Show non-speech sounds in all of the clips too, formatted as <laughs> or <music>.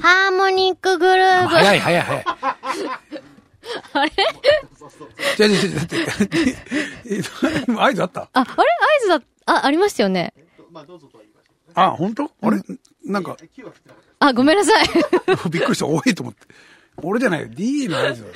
ーニックグルーヴ。早い早い早い。 <laughs> あれじゃあ、じゃあ、だって、え今合図あったあ、あれ合図だ、あ、ありましたよね。あ、本当？あれなんか、あ、ごめんなさい。 <laughs> びっくりした。おいと思って。俺じゃないよ。D の合図だよ。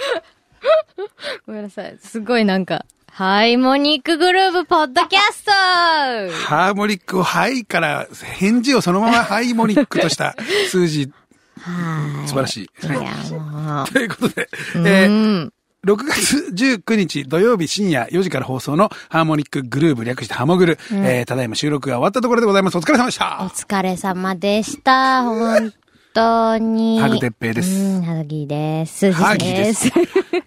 ごめんなさい。すごいなんか、ハイモニックグルーヴポッドキャストハーモニックをはいから、返事をそのままハイモニックと <laughs> した数字、は素晴らしい。い。いや、もう。ということで、えうーん。 6月19日土曜日深夜4時から放送のハーモニックグルーブ略してハモグル、えーただいま収録が終わったところでございます。お疲れ様でしおた疲れ様でした。本当に。ハグてっぺいですうん、ハギです。ハハギギでです <laughs> す。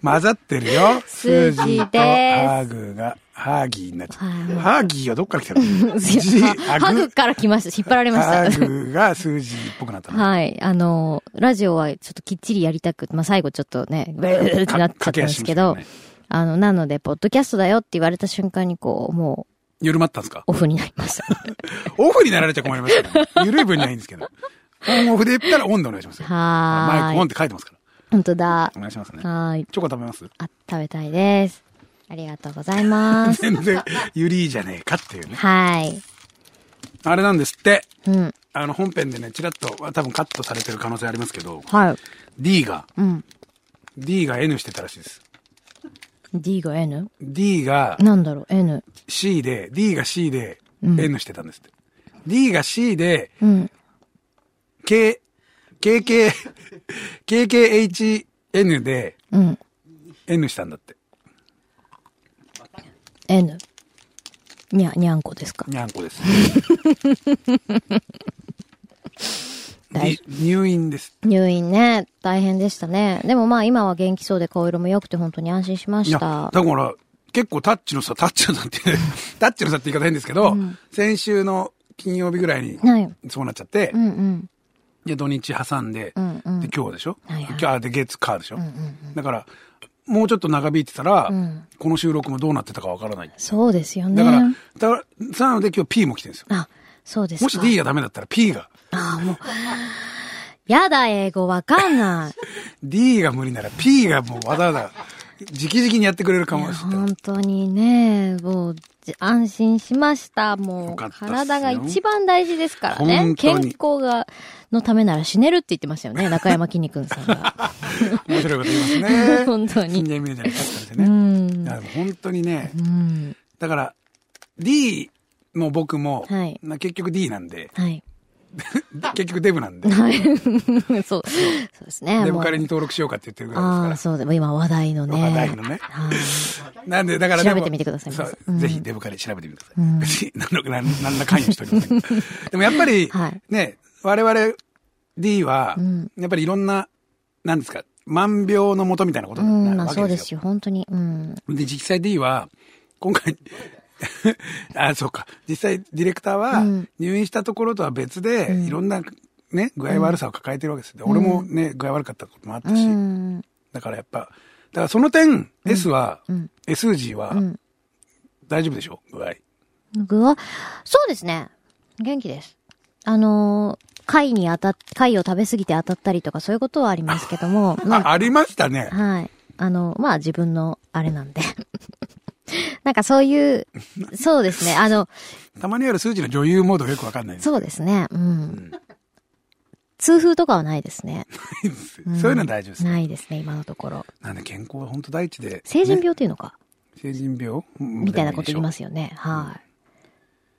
<laughs> 混ざってるよ。数字とですハーグが、ハーギーになっちゃった。ハーギーはどっから来た <laughs> の字ハハグから来ました。引っ張られまハした。ーグが数字っぽくなったの。はい。あの、ラジオはちょっときっちりやりたく、まあ、最後ちょっとね、ブーってなっちゃったんですけど、駆け足ですあの、なので、ポッドキャストだよって言われた瞬間に、こう、もう、緩まったんですかオフになり <laughs> ました。オフになられちゃ困りますから、ね。緩い分にはいいんですけど。オンオフで言ったらオンでお願いしますよ。はマイークオンっい。て書いてますから。本当だお。願いしますね。はーい。チョコ食べますあ、食べたいです。ありがとうござい <laughs> ます。全然、ゆりいじゃねえかっていうね。はい。あれなんですって。うん。あの、本編でね、ちらっと、多分カットされてる可能性ありますけど、はい。 D が、うん。 D が N してたらしいです。 D が N? D がなんだろう、N。 C で、D が C で、うん N してたんですって。D が C で、うん。 K、KK、KKHN で、うん。 N したんだって。 N。にゃ、にゃんこですか。にゃんこ <laughs> です。大に入院です。入院ね、大変でしたね。でもまあ今は元気そうで顔色も良くて本当に安心しまいしや、ただ。から、結構タッチの差、タッチの差って、 <laughs> タッチの差って言い方変ですけど、先週の金曜日ぐらいにはい。そうなっちゃってう、んうん。で、土日挟んで、うんうんで、今日でしょはいはい今日で、月、火でしょだから、もうちょっと長引いてたらん、この収録もどうなってたかわからない。そうですよね。だから、だから、なので今日 P も来てるんですよ。あ、そうですか。もし D がダメだったら P が、あもう。やだ、英語わかん <laughs> ない。 D が無理なら P がもうわざわざ、直々にやってくれるかもしれない。本当にね、もう、じ安心しました。もよう、かったっすよ体が一番大事ですからね。本当健に康が、のためなら死ねるって言ってましたよ <laughs> ね。中山きんに君さんが。。面白いこと言います <laughs> ね本当に近年見るじゃないですかってうね。んい。やでも本当にねう、ん。だから、D も僕も、はいな結局 D なんで、はい。 <laughs> 結局デブなんで、はい。そう。そうですね。デもうブカレに登録しようかって言ってるぐらあいあ、ですかそうでも今話題のね。話題のねはいら。なんで、だからでも調べてみてくださいそ皆さんううんぜひデブカレ調べてみてくださうい。ん別に何ら何何ら関与しておりま <laughs> せん。でもやっぱりはい、ね、我々 D はうん、やっぱりいろんな、なんですか、万病のもとみたいなことう、になんるまあわそけうでですすよ。よ。本当に。うん。で、実際 D は、今回、 <laughs> あ、そうか。実際、ディレクターはうん、入院したところとは別で、うんいろんな、ね、具合悪さを抱えてるわけですよ。で俺もね、具合悪かったこともあったし、うん。だからやっぱ、だからその点、S は、うん。 S 字はう、ん。大丈夫でしょ具合。具は、そうですね。元気です。あのー、貝に当たっ、貝を食べ過ぎて当たったりとかそういうことはありますけど <laughs> も、まあ、ありましたねあ、。はい。あの、まあ自分のあれなんで。 <laughs> なんかそういう、そうですね。あの、たまにある数字の女優モードがよくわかんないです。そうですね。うん。痛風とかはないですね。ん <laughs> そういうのは大丈夫です。ないですね、今のところ。なんで健康は本当第一で。成人ね病っていうのか。成人病。みたいなこと言いますすよね。はい。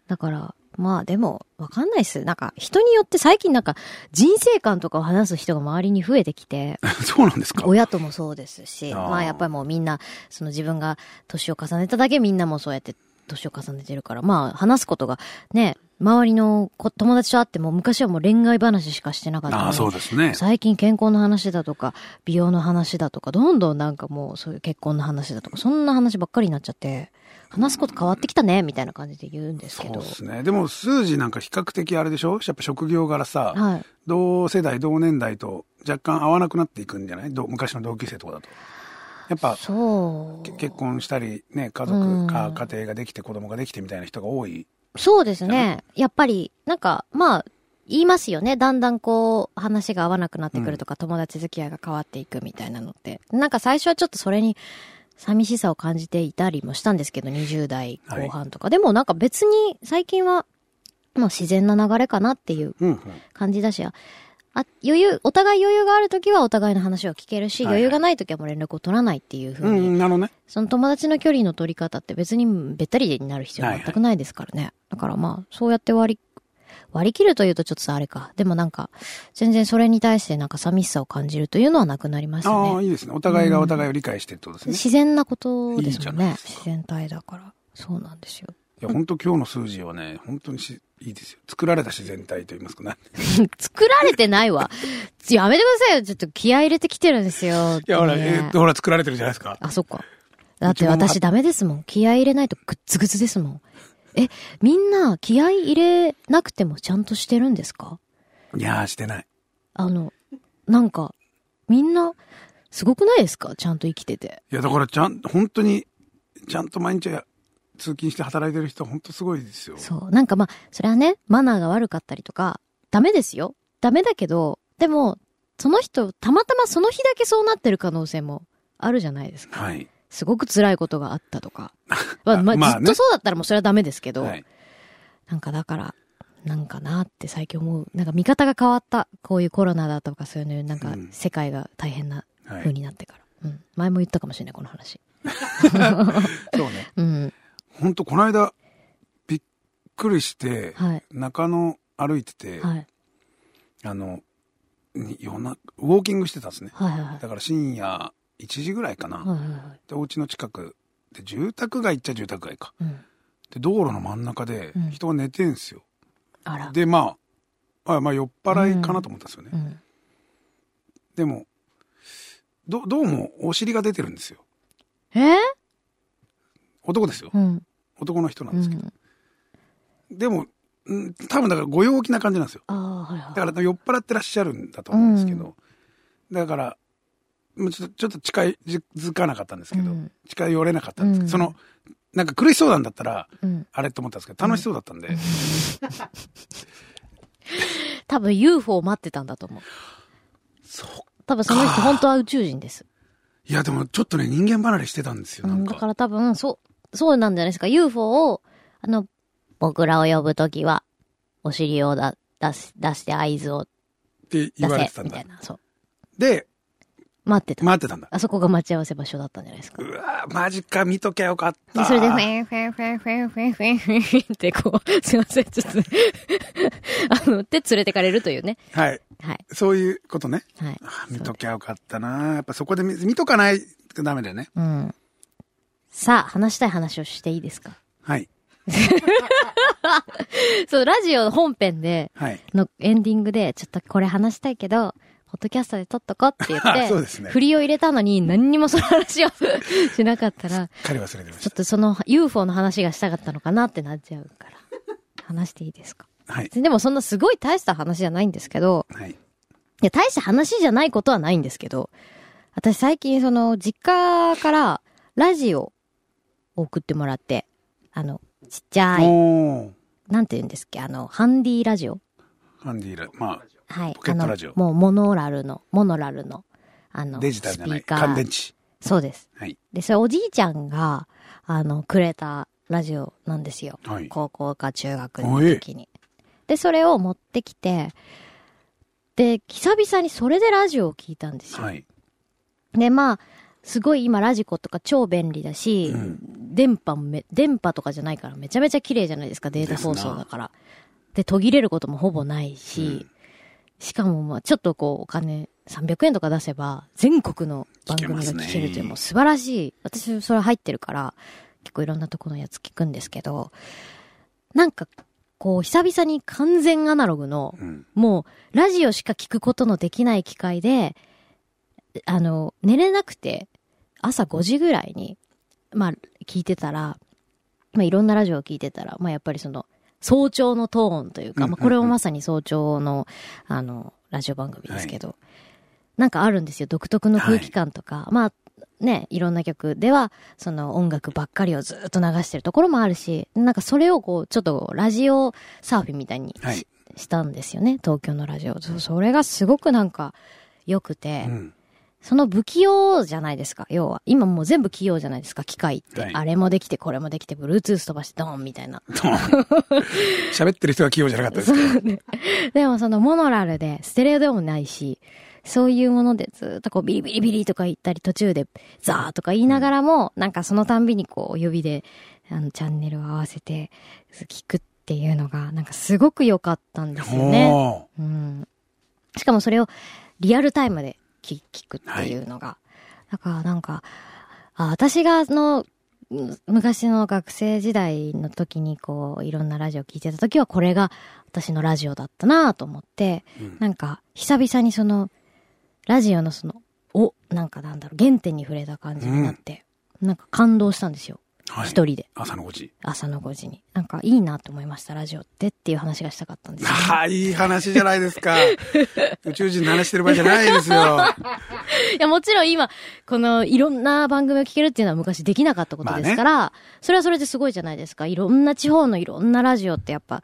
だから、まあでも、わかんないっす。なんか、人によって最近なんか、人生観とかを話す人が周りに増えてきて、 <laughs> そうなんですか親ともそうですし、あーまあやっぱりもうみんな、その自分が年を重ねただけみんなもそうやって年を重ねてるから、まあ話すことが、ね、周りの子友達と会っても昔はもう恋愛話しかしてなかったのあにあ、そうですね。最近健康の話だとか、美容の話だとか、どんどんなんかもうそういう結婚の話だとか、そんな話ばっかりになっちゃって、話すこと変わってきたね、みたいな感じで言うんですけそうどで。すね。でも数字なんか比較的あれでしょやっぱ職業柄さ、はい。同世代、同年代と若干合わなくなっていくんじゃないどう昔の同級生とかだと。やっぱそけう。結婚したり、ね、家う族んか、家庭ができて子供ができてみたいな人が多い。そうですね。やっぱり、なんか、まあ、言いますよね。だんだんこう、話が合わなくなってくるとか、友達付き合いが変わっていくみたいなのって。なんか最初はちょっとそれに、寂しさを感じていたりもしたんですけど、20代後半とか。でもなんか別に最近は、もう自然な流れかなっていううんうん。感じだし、あ、余裕、お互い余裕があるときはお互いの話を聞けるし、はいはい余裕がないときはもう連絡を取らないっていうふううんに、うん、なるほどね。その友達の距離の取り方って別にべったりになる必要は全くないですからね。だからまあ、そうやって割り、割り切るというとちょっとさあれか。でもなんか、全然それに対してなんか寂しさを感じるというのはなくなりましたね。ああ、いいですね。お互いがお互いを理解してってことですね。自然なことでいいすじゃもんないね。ですか自然体だから。そうなんですよ。いや、本当今日の数字はね、本当にし、いいですよ。作られた自然体と言いますかね。作られてないわ。 <laughs> やめてくださいよ。ちょっと気合い入れてきてるんですよ。いや、ほら、ねえーとほら、作られてるじゃないですか。あ、そっか。だっうちても私ダメですもん。気合い入れないとぐっつぐつですもん。え、みんな気合い入れなくてもちゃんとしてるんですかいやー、してない。あの、なんか、みんな、すごくないですかちゃんと生きてて。いや、だから、ちゃん、本当に、ちゃんと毎日や通勤して働いてる人、本当すごいですよ。そう。なんかまあ、それはね、マナーが悪かったりとか、ダメですよ。ダメだけど、でも、その人、たまたまその日だけそうなってる可能性もあるじゃないですか。はい。すごく辛いことがあったと <laughs> か。まあ、まあまあずねっとそうだったらもうそれはダメですけど、はい。なんかだから、なんかなって最近思う。なんか見方が変わった。こういうコロナだとかそういうの、なんかうん世界が大変なは風い。になってから。うん。前も言ったかもしれない、この話。そうね。うん。本当この間、びっくりして、はい。中野歩いてて、はい。あの、に夜な、ウォーキングしてたんですね。はいはいはい。だから深夜1時ぐらいかな。はいはいはい。で、お家の近く。で、住宅街っちゃ住宅街か。うん。で、道路の真ん中でうん人が寝てんすよ。あら。で、まあ、あまあ酔っ払いかなと思ったんですよね。うん。でも、ど、どうもお尻が出てるんですよ。えー男ですよ。うん。男の人なんうですけど。ん。でも、うん多分だからご陽気な感じなんですよ。ああ、はいはい。だから酔っ払ってらっしゃるんだと思うんですけど、だから、もうちょっと、ちょっと近づかなかったんですけど、うん近寄れなかったんですけど、うんその、なんか苦しそうなんだったら、うん。あれと思ったんですけど、楽しそうだったんで、多分 UFO を待ってたんだと思う。そう。多分その人か本当は宇宙人です。いや、でもちょっとね、人間離れしてたんですよ、うなんん、か。だから多分、そう、そうなんじゃないですか。UFO を、あの、僕らを呼ぶときは、お尻をだ出す、出して合図をって出言われてせ、たんみただい。な。そう。で、待ってた。待ってたんだ。あそこが待ち合わせ場所だったんじゃないですか。うわーマジか、見ときゃよかった。でそれで、フェンフェンフェンフェンフェンフェンフェンフェンってこう、すいません、ちょっとね、あの、で連れてかれるというね。はい。はい。そういうことね。はい。あー見ときゃよかったなやっぱそこで見見とかないとダメだよね。うん。さあ、話したい話をしていいですかはい。そう、ラジオ本編で、はい。のエンディングで、ちょっとこれ話したいけど、ポッドキャストで撮っとこうって言っあて、 <laughs> そうですね振りを入れたのに何にもその話を <laughs> しなかったら、彼忘れてまちょしっとその UFO の話がしたかったのかなってなっちゃうから、話していいですかた。はい。でもそんなすごい大した話じゃないんですけど、はい。いや、大した話じゃないことはないんですけど、私最近その実家からラジオを送ってもらって、あの、ちっちゃい、おーなんて言うんですっけ、あの、ハンディラジオハンディーラ、まはい。ポケットラジオあのもうモノラルの、モノラルの、ああ、の、デジタルじゃない。スピーカー乾電池。そうです。はい。で、それおじいちゃんが、あの、くれたラジオなんですよ。はい。高校か中学の時に。で、それを持ってきて、で、久々にそれでラジオを聞いたんですよ。はい。で、まあ、すごい今ラジコとか超便利だし、うん電波もめ、電波とかじゃないからめちゃめちゃ綺麗じゃないですか、データ放です送なだから。で、途切れることもほぼないし、うんしかもまあ、ちょっとこう、お金、300円とか出せば、全国の番組が聞けると聞けますいう、ねもう素晴らしい。私、それ入ってるから、結構いろんなとこのやつ聞くんですけど、なんか、こう、久々に完全アナログの、うん。もう、ラジオしか聞くことのできない機会で、あの、寝れなくて、朝5時ぐらいに、まあ、聞いてたら、まあ、いろんなラジオを聞いてたら、まあ、やっぱりその、早朝のトーンというか、うんまあ、これもまさに早朝の、あの、ラジオ番組ですけど、なんかあるんですよ、独特の空気感とか、まあ、ね、いろんな曲では、その音楽ばっかりをずっと流してるところもあるし、なんかそれをこう、ちょっとラジオサーフィンみたいにしはいしたんですよね、東京のラジオ。そそれがすごくなんか良くて、うん。その不器用じゃないですか、要は。今もう全部器用じゃないですか、機械って。はいあれもできて、これもできて、Bluetooth 飛ばしてドーンみたいな。 <laughs> 喋ってる人が器用じゃなかったですけど。でもそのモノラルで、ステレオでもないし、そういうものでずっとこうビリビリビリとか言ったり途中でザーとか言いながらも、なんかそのたんびにこう指であのチャンネルを合わせて聞くっていうのがなんかすごく良かったんですよね。おーうん、しかもそれをリアルタイムで聞聞くっていうのが。だからなんか、あ私があの、うん昔の学生時代の時にこう、いろんなラジオ聞いてた時はこれが私のラジオだったなと思って、うんなんか久々にその、ラジオのその、お、なんかなんだろう、原点に触れた感じになって、なんか感動したんですよ。はい一人で。朝の5時。朝の5時に。なんかいいなと思いました、ラジオってっていう話がしたかったんですよね、ああ、いい話じゃないですか。宇宙人の話してる場合じゃないで <laughs> すよ。いや、もちろん今、この、いろんな番組を聞けるっていうのは昔できなかったことですから、それはそれですごいじゃないですか。いろんな地方のいろんなラジオってやっぱ、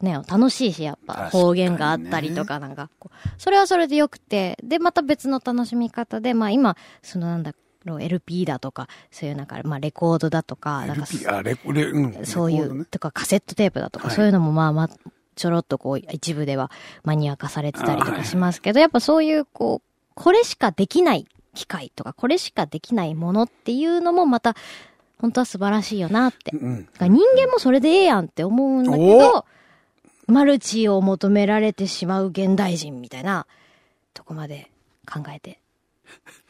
ね、楽しいし、やっ確かぱにね方言があったりとかなんかこう、それはそれでよくて、で、また別の楽しみ方で、まあ今、そのなんだろう、LP だとか、そういうなんか、まあレコードだとか、なんか、 LP、あ、レコ、レ、うん。そういレコードねう、とかカセットテープだとか、はいそういうのもまあまあ、ちょろっとこう、一部ではマニア化されてたりとあはかいしますけど、やっぱそういう、こう、これしかできない機械とか、これしかできないものっていうのもまた、本当は素晴らしいよなって。だうん。から人間もそれでええやんって思うんだけど、マルチを求められてしまう現代人みたいな、とこまで考えて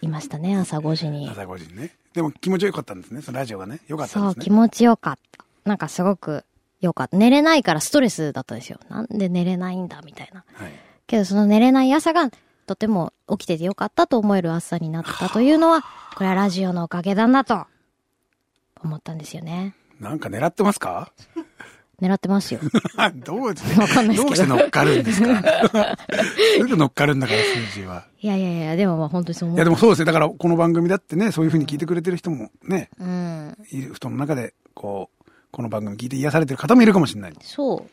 いましたね、朝5時に。 <laughs> 朝5時にね。でも気持ちよかったんですね。そのラジオがね。よかっそたんでう、すね。気持ちよかった。なんかすごくよかった。寝れないからストレスだったんですよ。なんで寝れないんだみたいな。はい。けどその寝れない朝がとても起きててよかったと思える朝になったというのは、これはラジオのおかげだなと思ったんですよね。なんか狙ってますか <laughs> 狙ってますよ。どうして、わかんないですどうけしてど乗っかるんですか <laughs> すぐ乗っかるんだから、数字は。いやいやいや、でもまあ本当にそうい思や、う。でもそうですね。だから、この番組だってね、そういうふうに聞いてくれてる人もね、うん。いる布団の中で、こう、この番組聞いて癒されてる方もいるかもしれない。そ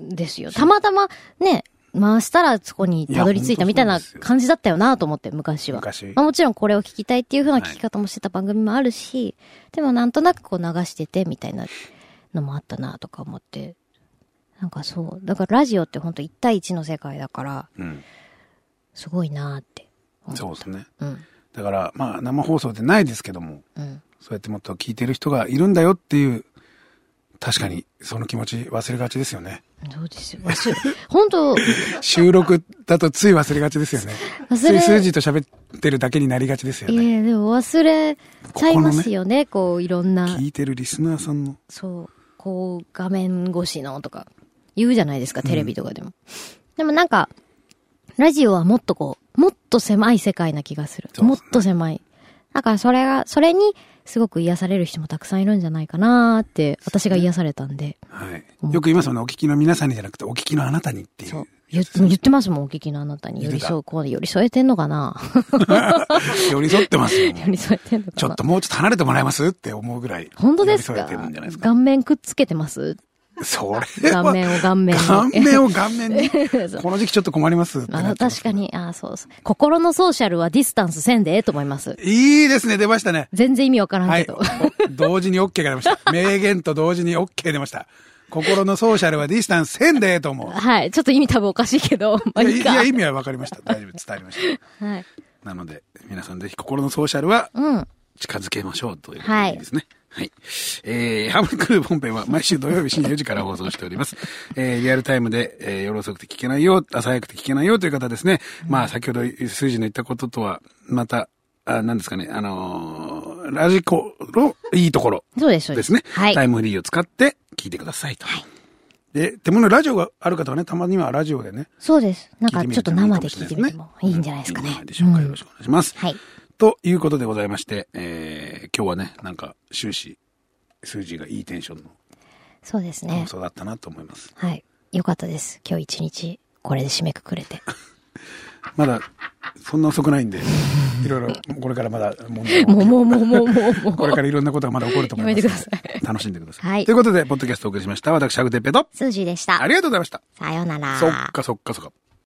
うですよ。たまたまね、回したらそこにたどり着いたみたいいやな本当そうですよ感じだったよなと思って、昔は。昔まあもちろんこれを聞きたいっていう風な聞き方もしてた番組もあるし、でもなんとなくこう流しててみたいなのもあったなとか思って。なんかそう。だからラジオってほんと1対1の世界だから、うん。すごいなって思そうですね。う。うん。だから、まあ、生放送でないですけども、うん。そうやってもっと聞いてる人がいるんだよっていう、確かに、その気持ち忘れがちですよね。そうですよ。忘れ、 <laughs> ほんと、収録だとつい忘れがちですよね。忘つれい数字と喋ってるだけになりがちですよいね。やでも忘れちゃいますよね、こういろんな。聞いてるリスナーさんの。そう、こう、画面越しのとか、言うじゃないですか、テレビとかでも。でもなんか、ラジオはもっとこう、もっと狭い世界な気がする。そうもでっすねと狭い。だからそれが、それに、すごく癒される人もたくさんいるんじゃないかなーって、私が癒されたんで。はい。よく言いますよね。お聞きの皆さんにじゃなくて、お聞きのあなたにっていそうう。。言っ言ってますもん、お聞きのあなたに。言寄ってりた添う、こう、寄り添えてんのかな寄り添ってますよ。も <laughs> 寄うり添えてんのかなちょっともうちょっと離れてもらえますって思うぐらい。本当ですか寄り添えてるんじゃないですか。顔面くっつけて <laughs> ますそれは。顔面を顔面に。顔面を顔面に。 <laughs> そうこの時期ちょっと困りますってなあっちゃいま確すか。に、あそうそう。心のソーシャルはディスタンスせんでええと思います。いいですね。出ましたね。全然意味わからんはけいど。。お同時に OK が出ました。名言と同時に OK 出ました。心のソーシャルはディスタンスせんでええと思う。はい。ちょっと意味多分おかしいけど、まあいやいいいか。や、意味は分かりました。大丈夫、伝わりましはい。た。なので、皆さんぜひ心のソーシャルはうん。近づけましょうということはいでいいですね。はい。えー、ハムクルー本編は毎週土曜日深夜4時から放送しております。えー、リアルタイムで、えー、夜遅くて聞けないよ、朝早くて聞けないよという方ですね。まあ、先ほど数字の言ったこととは、また、あ、なんですかね、あのーラジコのいいところ。そうです、そうでですす。ね。はいタ。イムフリーを使って聞いてくださいと。で、手元のラジオがある方はね、たまにはラジオでね。そうです。なん聞いかてみちょっるとのも生でいいか聞いもしてれなみてもいすねいいんじゃないですかいねんじゃない。でしょうか。うんよろしくお願いします。はい。ということでございまして、えー今日はね、なんか終始、数字がいいテンションのそうですね放。送だったなと思います。はい。よかったです。今日一日、これで締めくくれて。まだ、そんな遅くないんで、いろいろ、これからまだ問題もう、も、もう、もう、もう、もう、もこれう。からいろんなことがまだ起こると思いますので。やめてくだ楽しんでください。はいということで、ポッドキャストをお送りしました。私、ハグテッペと。スージーでしたあ。りがとうございました。さようなら。そっかそっかそっか。